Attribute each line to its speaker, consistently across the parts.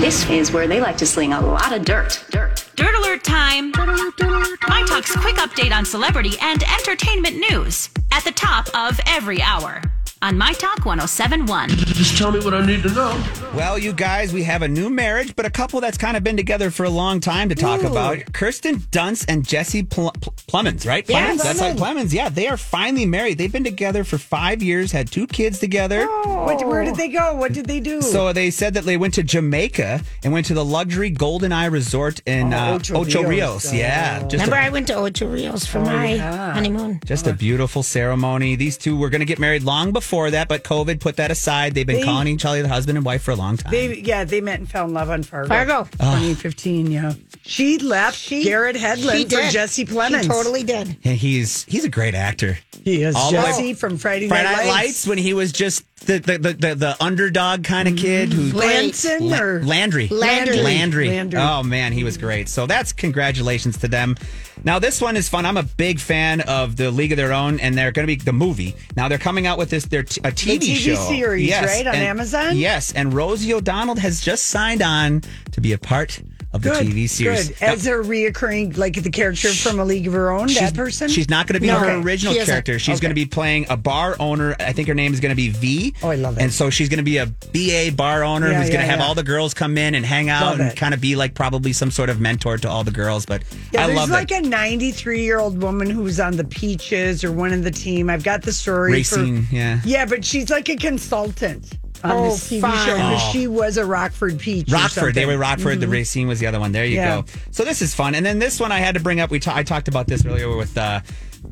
Speaker 1: This is where they like to sling a lot of dirt. Dirt.
Speaker 2: Dirt alert time! My Talk's quick update on celebrity and entertainment news at the top of every hour on My Talk 1071.
Speaker 3: Just tell me what I need to know.
Speaker 4: Well, you guys, we have a new marriage, but a couple that's kind of been together for a long time to talk about. Kirsten Dunst and Jesse Pl- Pl- Plemons, right?
Speaker 5: Yeah,
Speaker 4: Plemons? That's like Plemons. Yeah, they are finally married. They've been together for five years, had two kids together.
Speaker 5: What, where did they go? What did they do?
Speaker 4: Oh. So they said that they went to Jamaica and went to the luxury Golden Eye Resort in uh,
Speaker 5: Ocho
Speaker 4: Ocho,
Speaker 5: Rios.
Speaker 4: Rios. Yeah, just
Speaker 6: Remember,
Speaker 4: a,
Speaker 6: I went to Ocho Rios for
Speaker 5: Oh,
Speaker 6: my honeymoon.
Speaker 4: just a beautiful ceremony. These two were going to get married long before that, but COVID put that aside. They've been
Speaker 5: They-
Speaker 4: calling each other husband and wife for a long time.
Speaker 5: They yeah, they met and fell in love on Fargo.
Speaker 6: Fargo.
Speaker 5: 2015, yeah. She left
Speaker 6: She-
Speaker 5: Garrett Hedlund
Speaker 6: she
Speaker 5: for
Speaker 6: did.
Speaker 5: Jesse Plemons.
Speaker 6: She totally did.
Speaker 4: and he's he's a great actor.
Speaker 5: He is
Speaker 4: All the way-
Speaker 5: Jesse from Friday Night,
Speaker 4: Friday Night Lights. when he was just the the the, the, the underdog kind of kid who
Speaker 5: Lanson
Speaker 4: La-
Speaker 5: Mm-hmm. or
Speaker 4: Landry.
Speaker 6: Landry.
Speaker 4: Landry.
Speaker 5: Landry.
Speaker 4: Oh man, he was great. So that's congratulations to them. Now this one is fun. I'm a big fan of the League of Their Own, and they're going to be the movie. Now they're coming out with this their t- a TV,
Speaker 5: TV
Speaker 4: show
Speaker 5: series, right, on
Speaker 4: and-
Speaker 5: Amazon?
Speaker 4: Yes, and Rosie O'Donnell has just signed on to be a part of the
Speaker 5: Good,
Speaker 4: TV series.
Speaker 5: Good.
Speaker 4: Now,
Speaker 5: As a reoccurring, like the character from A League of Her Own, that person?
Speaker 4: She's not going to be
Speaker 5: No.
Speaker 4: her
Speaker 5: Okay.
Speaker 4: original
Speaker 6: She isn't.
Speaker 4: character. She's
Speaker 5: Okay.
Speaker 4: going to be playing a bar owner. I think her name is going to be V.
Speaker 5: Oh, I love it.
Speaker 4: And so she's going to be a BA bar owner
Speaker 5: Yeah,
Speaker 4: who's going
Speaker 5: yeah,
Speaker 4: to have
Speaker 5: yeah.
Speaker 4: all the girls come in and hang out
Speaker 5: Love
Speaker 4: and
Speaker 5: it.
Speaker 4: kind of be like probably some sort of mentor to all the girls. But
Speaker 5: Yeah,
Speaker 4: I
Speaker 5: there's
Speaker 4: love
Speaker 5: like
Speaker 4: it.
Speaker 5: a 93 year old woman who was on the Peaches or one of the team. I've got the story.
Speaker 4: Racing,
Speaker 5: For,
Speaker 4: yeah.
Speaker 5: Yeah, but she's like a consultant on
Speaker 6: Oh,
Speaker 5: this TV
Speaker 6: fun.
Speaker 5: show because she was a Rockford Peach. or
Speaker 4: Rockford, they
Speaker 5: something. Mm-hmm.
Speaker 4: were Rockford. The Racine was the other one. There you
Speaker 5: Yeah.
Speaker 4: go. So this is fun. And then this one I had to bring up. We ta- I talked about this earlier with uh,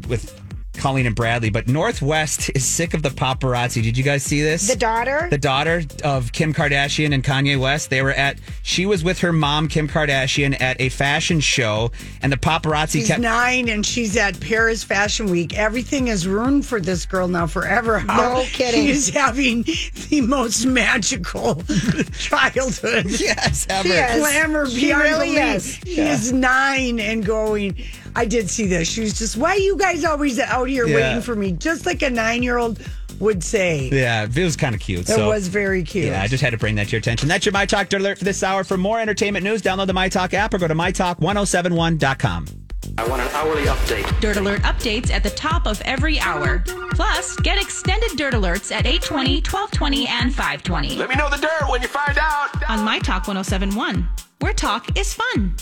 Speaker 4: with Colleen and Bradley. But Northwest is sick of the paparazzi. Did you guys see this?
Speaker 6: The daughter.
Speaker 4: the daughter of Kim Kardashian and Kanye West. They were at she was with her mom Kim Kardashian at a fashion show and the paparazzi
Speaker 5: She's
Speaker 4: kept
Speaker 5: nine and she's at Paris Fashion Week. Everything is ruined for this girl now forever. How
Speaker 6: No kidding.
Speaker 5: She is having the most magical childhood.
Speaker 4: yes ever.
Speaker 6: Yes.
Speaker 5: Glamour
Speaker 6: She
Speaker 5: beyond
Speaker 6: really
Speaker 5: belief.
Speaker 6: is.
Speaker 5: She is nine and going. I did see this. She was just, why are you guys always out here
Speaker 4: Yeah.
Speaker 5: waiting for me? Just like a nine year old would say.
Speaker 4: Yeah, it was kind of cute.
Speaker 5: That
Speaker 4: so.
Speaker 5: was very cute.
Speaker 4: yeah, I just had to bring that to your attention. That's your My Talk Dirt Alert for this hour. For more entertainment news, download the My Talk oh app or go to MyTalk1071.com.
Speaker 7: I want an hourly update.
Speaker 2: Dirt alert updates at the top of every hour. Plus, get extended dirt alerts at 820, 1220, and 520
Speaker 7: Let me know the dirt when you find out.
Speaker 2: on My Talk 1071, where talk is fun.